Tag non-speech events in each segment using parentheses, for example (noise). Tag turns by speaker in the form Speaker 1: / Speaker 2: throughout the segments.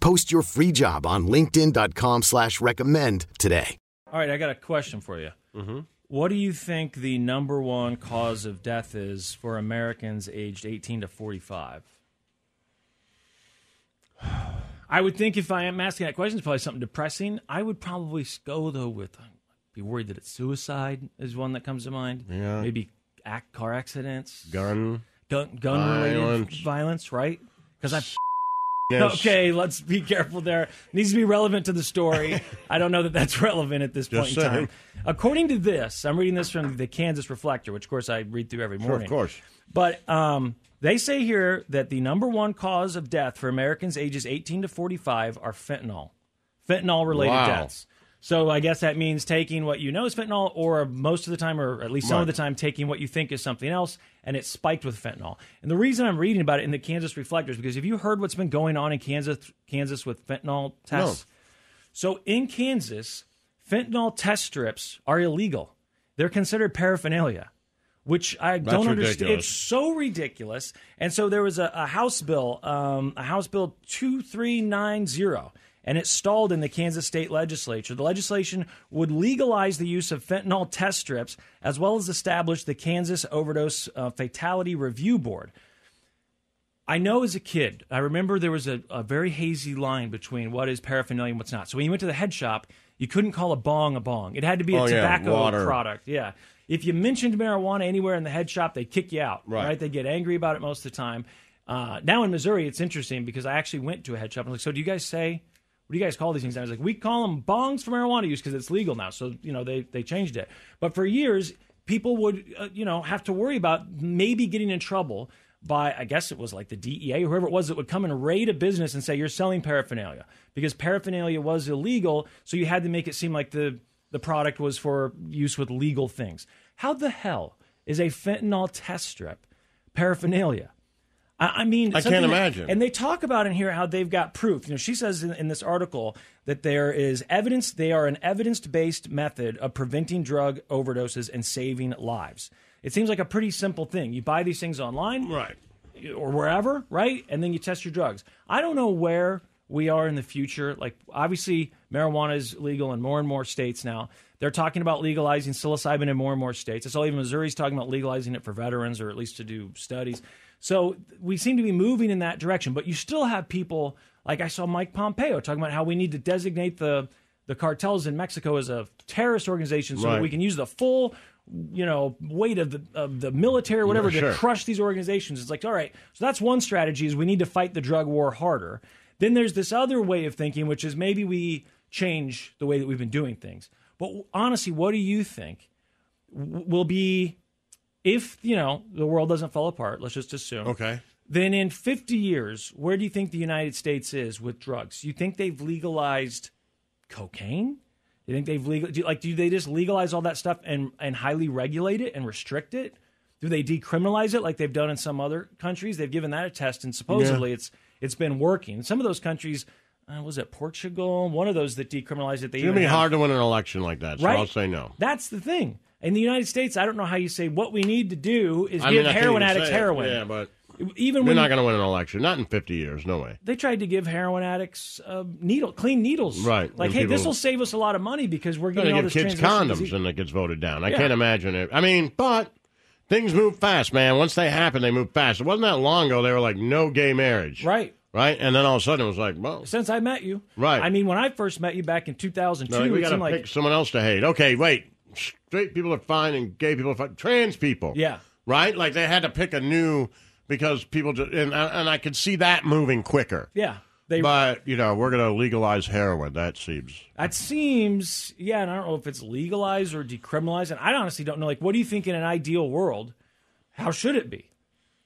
Speaker 1: Post your free job on linkedin.com slash recommend today.
Speaker 2: All right, I got a question for you.
Speaker 3: Mm-hmm.
Speaker 2: What do you think the number one cause of death is for Americans aged 18 to 45? (sighs) I would think if I am asking that question, it's probably something depressing. I would probably go though with I'd be worried that it's suicide is one that comes to mind.
Speaker 3: Yeah.
Speaker 2: Maybe ac car accidents,
Speaker 3: Gun.
Speaker 2: gun, gun related
Speaker 3: Violence.
Speaker 2: violence, right? Because I
Speaker 3: Yes.
Speaker 2: Okay, let's be careful there. Needs to be relevant to the
Speaker 3: (laughs)
Speaker 2: story. I don't know that that's relevant at this point
Speaker 3: Just
Speaker 2: in
Speaker 3: saying.
Speaker 2: time. According to this, I'm reading this from the Kansas Reflector, which of course I read through every
Speaker 3: Sure,
Speaker 2: morning.
Speaker 3: of course.
Speaker 2: But um, they say here that the number one cause of death for Americans ages 18 to 45 are fentanyl, fentanyl related
Speaker 3: Wow.
Speaker 2: deaths. So I guess that means taking what you know is fentanyl, or most of the time, or at least some of the time, taking what you think is something else, and it's spiked with fentanyl. And the reason I'm reading about it in the Kansas Reflectors because have you heard what's been going on in Kansas, Kansas with fentanyl tests? So in Kansas, fentanyl test strips are illegal. They're considered paraphernalia, which I don't understand.
Speaker 3: ridiculous.
Speaker 2: It's so ridiculous. And so there was a, a House bill, um, a House bill 2390, and it stalled in the Kansas state legislature. The legislation would legalize the use of fentanyl test strips as well as establish the Kansas Overdose uh, Fatality Review Board. I know as a kid, I remember there was a, a very hazy line between what is paraphernalia and what's not. So when you went to the head shop, you couldn't call a bong a bong. It had to be a
Speaker 3: Oh, yeah,
Speaker 2: tobacco
Speaker 3: water.
Speaker 2: product. Yeah. If you mentioned marijuana anywhere in the head shop, they kick you out.
Speaker 3: Right.
Speaker 2: They get angry about it most of the time. Uh, now in Missouri, it's interesting because I actually went to a head shop and I was like, so do you guys say, what do you guys call these things? And I was like, we call them bongs for marijuana use because it's legal now. So, you know, they, they changed it. But for years, people would, uh, you know, have to worry about maybe getting in trouble by, I guess it was like the DEA or whoever it was that would come and raid a business and say, you're selling paraphernalia because paraphernalia was illegal. So you had to make it seem like the, the product was for use with legal things. How the hell is a fentanyl test strip paraphernalia? I, I mean,
Speaker 3: I can't
Speaker 2: something that-
Speaker 3: imagine.
Speaker 2: and they talk about in here how they've got proof. You know, she says in, in this article that there is evidence. They are an evidence-based method of preventing drug overdoses and saving lives. It seems like a pretty simple thing. You buy these things online,
Speaker 3: Right.
Speaker 2: or wherever, right? And then you test your drugs. I don't know where we are in the future. Like, obviously, marijuana is legal in more and more states now. They're talking about legalizing psilocybin in more and more states. It's all even Missouri's talking about legalizing it for veterans or at least to do studies. So we seem to be moving in that direction. But you still have people like I saw Mike Pompeo talking about how we need to designate the the cartels in Mexico as a terrorist organization so that
Speaker 3: Right.
Speaker 2: we can use the full you know weight of the of the military or whatever
Speaker 3: Yeah,
Speaker 2: to
Speaker 3: sure.
Speaker 2: crush these organizations. It's like, all right, so that's one strategy is we need to fight the drug war harder. Then there's this other way of thinking, which is maybe we change the way that we've been doing things. But honestly, what do you think w- will be if you know the world doesn't fall apart? Let's just assume.
Speaker 3: Okay.
Speaker 2: Then in 50 years, where do you think the United States is with drugs? You think they've legalized cocaine? You think they've legal do, like do they just legalize all that stuff and and highly regulate it and restrict it? Do they decriminalize it like they've done in some other countries? They've given that a test and supposedly it's it's been working. Some of those countries uh, was it Portugal? One of those that decriminalized it. They
Speaker 3: It's
Speaker 2: even
Speaker 3: gonna be
Speaker 2: have-
Speaker 3: hard to win an election like that. So
Speaker 2: right?
Speaker 3: I'll say no.
Speaker 2: That's the thing. In the United States, I don't know how you say what we need to do is
Speaker 3: I
Speaker 2: give
Speaker 3: mean, I can't
Speaker 2: heroin
Speaker 3: even
Speaker 2: addicts
Speaker 3: say it.
Speaker 2: heroin.
Speaker 3: Yeah, but
Speaker 2: even
Speaker 3: we're
Speaker 2: when
Speaker 3: not going to win an election. Not in 50 years. No way.
Speaker 2: they tried to give heroin addicts uh, needle clean needles.
Speaker 3: Right.
Speaker 2: Like,
Speaker 3: And
Speaker 2: hey,
Speaker 3: people-
Speaker 2: this will save us a lot of money because we're
Speaker 3: They're
Speaker 2: getting all
Speaker 3: going to
Speaker 2: this
Speaker 3: give kids
Speaker 2: transmission
Speaker 3: condoms
Speaker 2: disease.
Speaker 3: and it gets voted down. I
Speaker 2: Yeah.
Speaker 3: can't imagine it. I mean, but things move fast, man. Once they happen, they move fast. It wasn't that long ago they were like, no gay marriage.
Speaker 2: Right.
Speaker 3: right? And then all of a sudden it was like, well,
Speaker 2: since I met you.
Speaker 3: Right.
Speaker 2: I mean, when I first met you back in 2002,
Speaker 3: no, we
Speaker 2: it
Speaker 3: got to
Speaker 2: seemed like
Speaker 3: pick someone else to hate. Okay, wait. Straight people are fine, and gay people are fine. Trans people,
Speaker 2: Yeah.
Speaker 3: right? Like they had to pick a new because people just and and I could see that moving quicker.
Speaker 2: yeah, they
Speaker 3: But you know, we're going to legalize heroin. That seems
Speaker 2: That seems, yeah, and I don't know if it's legalized or decriminalized. And I honestly don't know. Like, what do you think in an ideal world? How should it be?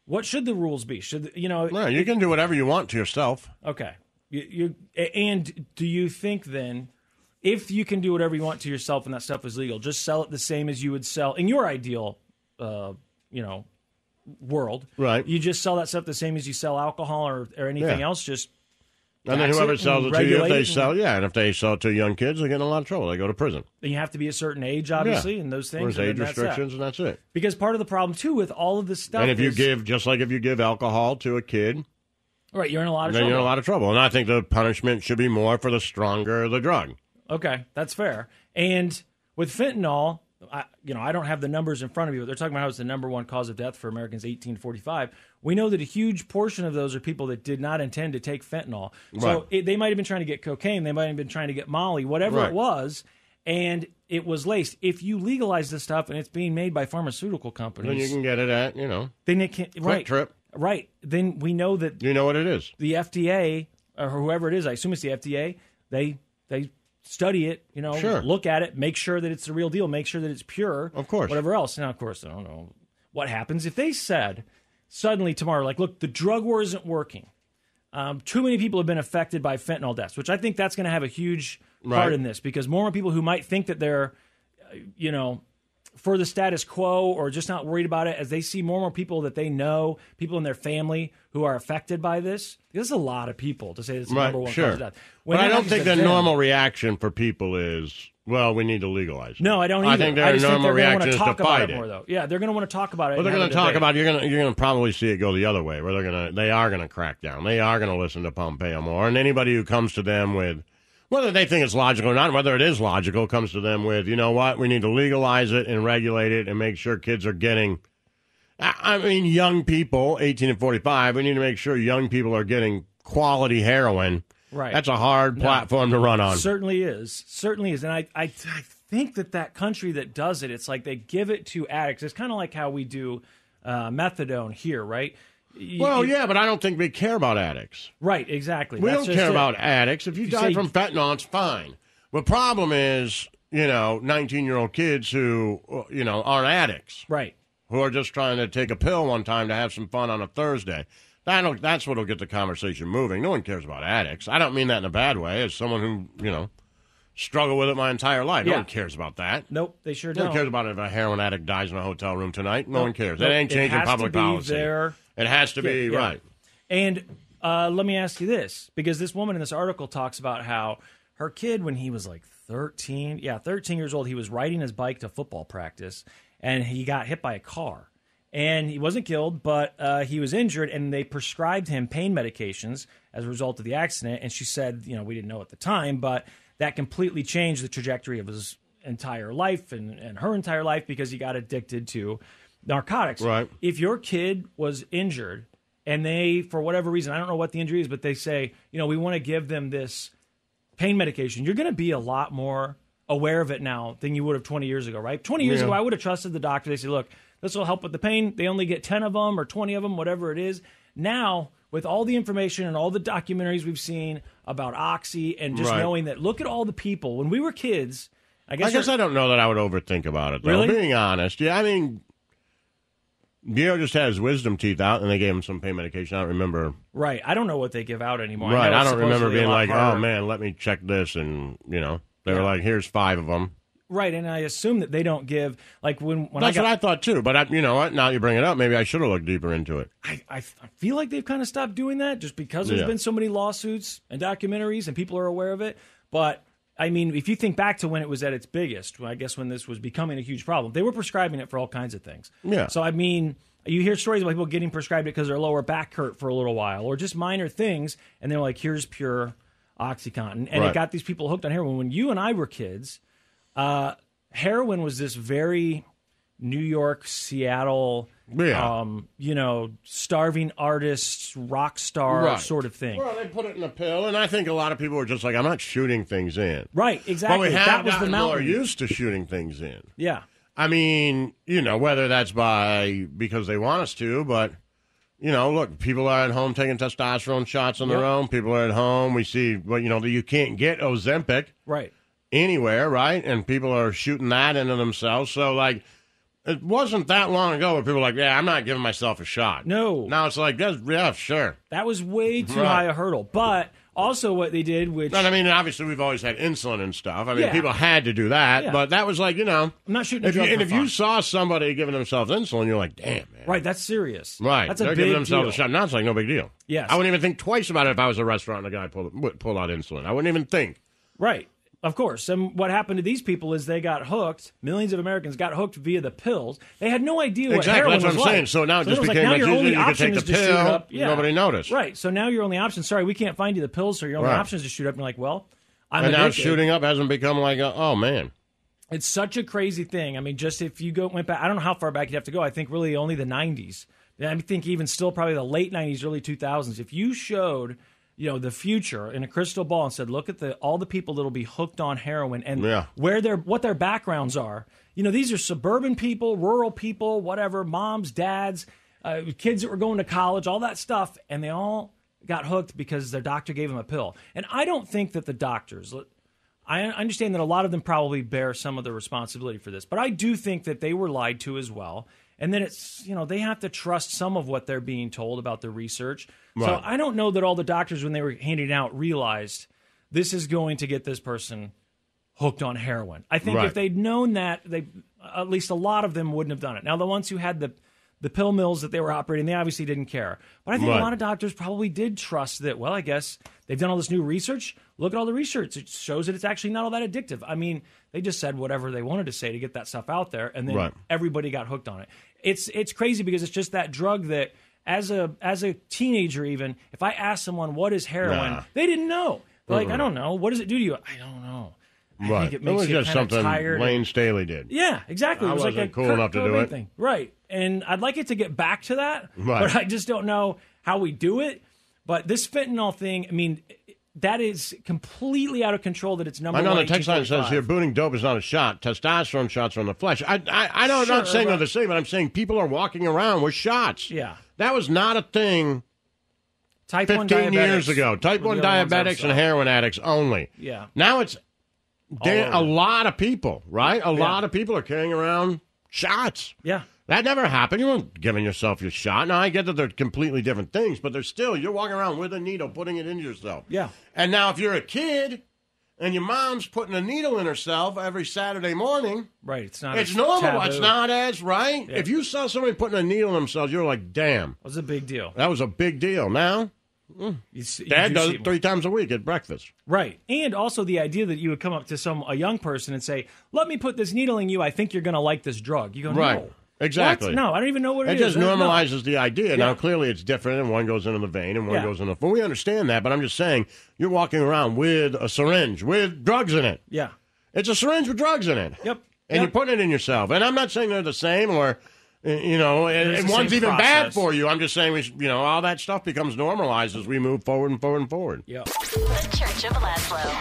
Speaker 2: What should the rules be? Should you know?
Speaker 3: right. You can do whatever you want to yourself.
Speaker 2: Okay, you, you a- and do you think then, if you can do whatever you want to yourself and that stuff is legal, just sell it the same as you would sell in your ideal, uh, you know, world?
Speaker 3: Right.
Speaker 2: You just sell that stuff the same as you sell alcohol or or anything
Speaker 3: Yeah.
Speaker 2: else. Just
Speaker 3: And then
Speaker 2: Tax
Speaker 3: whoever
Speaker 2: it
Speaker 3: sells it
Speaker 2: and
Speaker 3: to you, if
Speaker 2: regulate
Speaker 3: they
Speaker 2: it and-
Speaker 3: sell, yeah, and if they sell it to young kids, they get in a lot of trouble. They go to prison.
Speaker 2: then you have to be a certain age, obviously, and those things.
Speaker 3: There's
Speaker 2: and
Speaker 3: age
Speaker 2: then that's that.
Speaker 3: restrictions, and that's it.
Speaker 2: Because part of the problem too with all of this stuff,
Speaker 3: and if you
Speaker 2: is-
Speaker 3: give, just like if you give alcohol to a kid,
Speaker 2: right, you're in a lot of
Speaker 3: then
Speaker 2: trouble.
Speaker 3: you're in a lot of trouble. And I think the punishment should be more for the stronger the drug.
Speaker 2: okay, that's fair. And with fentanyl, I, you know, I don't have the numbers in front of me, but they're talking about how it's the number one cause of death for Americans 18 to 45. We know that a huge portion of those are people that did not intend to take fentanyl.
Speaker 3: Right.
Speaker 2: So it, they might have been trying to get cocaine, they might have been trying to get Molly, whatever
Speaker 3: Right.
Speaker 2: it was. And it was laced. If you legalize this stuff and it's being made by pharmaceutical
Speaker 3: Then you
Speaker 2: companies,
Speaker 3: can get it at you know
Speaker 2: then it can
Speaker 3: Quick
Speaker 2: right,
Speaker 3: Trip.
Speaker 2: right. Then we know that
Speaker 3: You know what it is.
Speaker 2: the FDA or whoever it is, I assume it's the FDA, they they study it, you know,
Speaker 3: Sure.
Speaker 2: look at it, make sure that it's the real deal, make sure that it's pure.
Speaker 3: Of course.
Speaker 2: Whatever else. Now, of course, I don't know what happens if they said suddenly tomorrow, like, look, the drug war isn't working. Um, too many people have been affected by fentanyl deaths, which I think that's going to have a huge part
Speaker 3: Right.
Speaker 2: in this because more people who might think that they're, uh, you know, for the status quo or just not worried about it as they see more and more people that they know, people in their family who are affected by this. There's a lot of people to say it's the
Speaker 3: Right,
Speaker 2: number one
Speaker 3: sure.
Speaker 2: cause of death. When
Speaker 3: But I
Speaker 2: that
Speaker 3: don't
Speaker 2: happens
Speaker 3: think
Speaker 2: to
Speaker 3: the
Speaker 2: them-
Speaker 3: normal reaction for people is, well, we need to legalize. it.
Speaker 2: No, I don't either.
Speaker 3: I think their
Speaker 2: just think
Speaker 3: normal
Speaker 2: they're gonna
Speaker 3: reaction
Speaker 2: wanna
Speaker 3: is
Speaker 2: talk
Speaker 3: to
Speaker 2: about
Speaker 3: fight
Speaker 2: it more,
Speaker 3: it.
Speaker 2: though. Yeah, they're going to want to talk about it.
Speaker 3: Well, they're
Speaker 2: going to
Speaker 3: talk about you're going to you're going to probably see it go the other way. Where they're going to they are going to crack down. They are going to listen to Pompeo more, and anybody who comes to them with whether they think it's logical or not, whether it is logical, comes to them with you know what we need to legalize it and regulate it and make sure kids are getting. I I mean, young people, eighteen and forty-five. We need to make sure young people are getting quality heroin.
Speaker 2: Right.
Speaker 3: That's a hard platform to run on.
Speaker 2: Certainly is. Certainly is. And I, I, I think that that country that does it, it's like they give it to addicts. It's kind of like how we do uh, methadone here, right? You-
Speaker 3: well,
Speaker 2: you-
Speaker 3: yeah, but I don't think we care about addicts.
Speaker 2: Right, exactly.
Speaker 3: We
Speaker 2: That's
Speaker 3: don't
Speaker 2: just
Speaker 3: care
Speaker 2: it.
Speaker 3: about addicts. If you, die
Speaker 2: say-
Speaker 3: from fentanyl, it's fine. The problem is, you know, 19 year old kids who, uh, you know, aren't addicts,
Speaker 2: Right.
Speaker 3: who are just trying to take a pill one time to have some fun on a Thursday. That'll, that's what'll get the conversation moving. No one cares about addicts. I don't mean that in a bad way. As someone who, you know, struggled with it my entire life, no
Speaker 2: Yeah.
Speaker 3: one cares about that.
Speaker 2: Nope, they sure
Speaker 3: No
Speaker 2: don't.
Speaker 3: one cares about it if a heroin addict dies in a hotel room tonight. No, one cares.
Speaker 2: no,
Speaker 3: that ain't
Speaker 2: it
Speaker 3: changing
Speaker 2: has to
Speaker 3: public
Speaker 2: be
Speaker 3: policy.
Speaker 2: there.
Speaker 3: It has to be,
Speaker 2: Yeah, yeah.
Speaker 3: right.
Speaker 2: And uh, let me ask you this, because this woman in this article talks about how her kid, when he was like 13, yeah, 13 years old, he was riding his bike to football practice and he got hit by a car. And he wasn't killed, but uh, he was injured, and they prescribed him pain medications as a result of the accident. And she said, you know, we didn't know at the time, but that completely changed the trajectory of his entire life and, and her entire life because he got addicted to narcotics
Speaker 3: Right.
Speaker 2: if your kid was injured and they for whatever reason i don't know what the injury is but they say you know we want to give them this pain medication you're going to be a lot more aware of it now than you would have 20 years ago right 20 years
Speaker 3: Yeah.
Speaker 2: ago i would have trusted the doctor they say look this will help with the pain they only get 10 of them or 20 of them whatever it is now with all the information and all the documentaries we've seen about oxy and just
Speaker 3: Right.
Speaker 2: knowing that look at all the people when we were kids i guess,
Speaker 3: I guess I don't know that I would overthink about it. Though.
Speaker 2: Really?
Speaker 3: Being honest, yeah. I mean, Gio just had his wisdom teeth out, and they gave him some pain medication. I don't remember.
Speaker 2: right i don't know what they give out anymore
Speaker 3: right,
Speaker 2: know
Speaker 3: I
Speaker 2: it's
Speaker 3: don't remember
Speaker 2: supposedly a
Speaker 3: being
Speaker 2: lot
Speaker 3: like,
Speaker 2: harder."
Speaker 3: "Oh man, let me check this," and you know, they were like, "Here's five of them."
Speaker 2: Right, and I assume that they don't give like when when
Speaker 3: That's
Speaker 2: I got
Speaker 3: what I thought too. But I, you know what? Now you bring it up, maybe I should have looked deeper into it.
Speaker 2: I, I, f- I feel like they've kind of stopped doing that just because there's
Speaker 3: Yeah.
Speaker 2: been so many lawsuits and documentaries and people are aware of it. But I mean, if you think back to when it was at its biggest, well, I guess when this was becoming a huge problem, they were prescribing it for all kinds of things.
Speaker 3: Yeah.
Speaker 2: So I mean, you hear stories about people getting prescribed it because their lower back hurt for a little while or just minor things, and they're like, "Here's pure OxyContin," and
Speaker 3: Right.
Speaker 2: it got these people hooked on heroin. When you and I were kids, uh, heroin was this very New York, Seattle
Speaker 3: Yeah.
Speaker 2: um, you know, starving artists, rock star
Speaker 3: Right.
Speaker 2: sort of thing.
Speaker 3: well, they put it in a pill, and I think a lot of people are just like, I'm not shooting things in.
Speaker 2: Right, exactly.
Speaker 3: But we have
Speaker 2: that was the
Speaker 3: gotten more
Speaker 2: mountain.
Speaker 3: used to shooting things in.
Speaker 2: Yeah.
Speaker 3: I mean, you know, whether that's by because they want us to, but you know, look, people are at home taking testosterone shots on their
Speaker 2: Yep.
Speaker 3: own. People are at home. We see, well, you know, that you can't get Ozempic
Speaker 2: Right.
Speaker 3: anywhere, right? And people are shooting that into themselves. So, like, it wasn't that long ago where people were like, yeah, I'm not giving myself a shot.
Speaker 2: No.
Speaker 3: Now it's like, that's, yeah, sure.
Speaker 2: That was way too
Speaker 3: Right.
Speaker 2: high a hurdle. But also what they did, which
Speaker 3: And I mean, obviously, we've always had insulin and stuff. I mean,
Speaker 2: Yeah.
Speaker 3: people had to do that,
Speaker 2: Yeah.
Speaker 3: but that was like, you know,
Speaker 2: I'm not shooting a
Speaker 3: if you,
Speaker 2: drug
Speaker 3: and
Speaker 2: for
Speaker 3: if you
Speaker 2: fun.
Speaker 3: saw somebody giving themselves insulin, you're like, damn, man.
Speaker 2: Right, that's serious.
Speaker 3: Right.
Speaker 2: That's a
Speaker 3: They're
Speaker 2: big
Speaker 3: giving themselves
Speaker 2: deal.
Speaker 3: a shot. Now it's like no big deal.
Speaker 2: Yes.
Speaker 3: I wouldn't even think twice about it if I was a restaurant and a guy pulled, would pull out insulin. I wouldn't even think.
Speaker 2: Right. Of course. And what happened to these people is they got hooked. Millions of Americans got hooked via the pills. They had no idea what
Speaker 3: exactly.
Speaker 2: heroin
Speaker 3: That's what I'm
Speaker 2: was
Speaker 3: saying.
Speaker 2: like.
Speaker 3: So now it just
Speaker 2: was
Speaker 3: became
Speaker 2: now
Speaker 3: like
Speaker 2: your
Speaker 3: you-
Speaker 2: only
Speaker 3: you could
Speaker 2: option
Speaker 3: take
Speaker 2: is
Speaker 3: the
Speaker 2: to shoot
Speaker 3: pill.
Speaker 2: up. Yeah.
Speaker 3: Nobody noticed.
Speaker 2: Right. So now your only option. Sorry, we can't find you the pills, so your only
Speaker 3: Right.
Speaker 2: option is to shoot up. And you're like, well, I'm
Speaker 3: And now
Speaker 2: addicted.
Speaker 3: shooting up hasn't become like, a, oh, man.
Speaker 2: It's such a crazy thing. I mean, just if you go went back, I don't know how far back you'd have to go. I think really only the '90s. And I think even still probably the late '90s, early 2000s. If you showed, you know, the future in a crystal ball and said, "Look at the all the people that'll be hooked on heroin and
Speaker 3: Yeah.
Speaker 2: where their what their backgrounds are." You know, these are suburban people, rural people, whatever, moms, dads, uh, kids that were going to college, all that stuff, and they all got hooked because their doctor gave them a pill. And I don't think that the doctors. I understand that a lot of them probably bear some of the responsibility for this, but I do think that they were lied to as well. And then it's, you know, they have to trust some of what they're being told about the research. So
Speaker 3: Right.
Speaker 2: I don't know that all the doctors, when they were handing it out, realized this is going to get this person hooked on heroin. I think
Speaker 3: Right.
Speaker 2: if they'd known that, they at least a lot of them wouldn't have done it. Now, the ones who had the the pill mills that they were operating, they obviously didn't care. But I think
Speaker 3: Right.
Speaker 2: a lot of doctors probably did trust that. Well, I guess they've done all this new research. Look at all the research; it shows that it's actually not all that addictive. I mean, they just said whatever they wanted to say to get that stuff out there, and then
Speaker 3: Right.
Speaker 2: everybody got hooked on it. It's it's crazy because it's just that drug that. As a as a teenager, even if I asked someone what is heroin,
Speaker 3: Nah.
Speaker 2: they didn't know. They're Like I don't know, what does it do to you? I don't know. I
Speaker 3: Right.
Speaker 2: think it makes
Speaker 3: was
Speaker 2: you
Speaker 3: just
Speaker 2: kind
Speaker 3: something
Speaker 2: of tired.
Speaker 3: Lane Staley did.
Speaker 2: yeah, exactly.
Speaker 3: I
Speaker 2: it was like
Speaker 3: wasn't
Speaker 2: a
Speaker 3: cool
Speaker 2: Kurt
Speaker 3: enough to do
Speaker 2: Cobain
Speaker 3: it.
Speaker 2: Thing. Right. And I'd like it to get back to that,
Speaker 3: Right.
Speaker 2: but I just don't know how we do it. But this fentanyl thing, I mean, that is completely out of control that it's number
Speaker 3: I know
Speaker 2: one.
Speaker 3: the text line says
Speaker 2: 1845.
Speaker 3: here, booting dope is not a shot. Testosterone shots are on the flesh. I, I, I know, I'm
Speaker 2: Sure,
Speaker 3: not saying they're
Speaker 2: but-
Speaker 3: the same, but I'm saying people are walking around with shots.
Speaker 2: Yeah.
Speaker 3: That was not a thing
Speaker 2: Type 1
Speaker 3: 15 years
Speaker 2: diabetics
Speaker 3: ago. Type
Speaker 2: were
Speaker 3: 1
Speaker 2: the only ones that
Speaker 3: diabetics and
Speaker 2: saw.
Speaker 3: heroin addicts only.
Speaker 2: Yeah.
Speaker 3: Now it's da-
Speaker 2: over.
Speaker 3: a lot of people, right? A lot of people are carrying around shots.
Speaker 2: Yeah.
Speaker 3: That never happened. You weren't giving yourself your shot. Now I get that they're completely different things, but they're still you're walking around with a needle, putting it in yourself.
Speaker 2: Yeah.
Speaker 3: And now if you're a kid and your mom's putting a needle in herself every Saturday morning,
Speaker 2: Right. It's not.
Speaker 3: it's
Speaker 2: as
Speaker 3: normal.
Speaker 2: Taboo.
Speaker 3: It's not as right. If you saw somebody putting a needle in themselves, you're like, damn,
Speaker 2: It was a big deal.
Speaker 3: that was a big deal. Now
Speaker 2: You s- you
Speaker 3: dad
Speaker 2: do
Speaker 3: does
Speaker 2: see
Speaker 3: it three times a week at breakfast.
Speaker 2: Right. And also the idea that you would come up to some a young person and say, "Let me put this needle in you. I think you're going to like this drug." You go, "No."
Speaker 3: Right.
Speaker 2: What?
Speaker 3: Exactly.
Speaker 2: No, I don't even know what
Speaker 3: It
Speaker 2: it is.
Speaker 3: just
Speaker 2: I don't know."
Speaker 3: normalizes the idea. Now,
Speaker 2: Yeah.
Speaker 3: clearly, it's different, and one goes into the vein and one
Speaker 2: Yeah.
Speaker 3: goes in the. Well, we understand that, but I'm just saying you're walking around with a syringe with drugs in it.
Speaker 2: Yeah.
Speaker 3: It's a syringe with drugs in it.
Speaker 2: Yep.
Speaker 3: And
Speaker 2: Yep.
Speaker 3: you're putting it in yourself. And I'm not saying they're the same or, uh, you know, and,
Speaker 2: It's
Speaker 3: and
Speaker 2: the
Speaker 3: one's
Speaker 2: same
Speaker 3: even bad
Speaker 2: process.
Speaker 3: for you. I'm just saying, we, should- you know, all that stuff becomes normalized as we move forward and forward and forward.
Speaker 2: Yeah.
Speaker 4: The Church of Laszlo.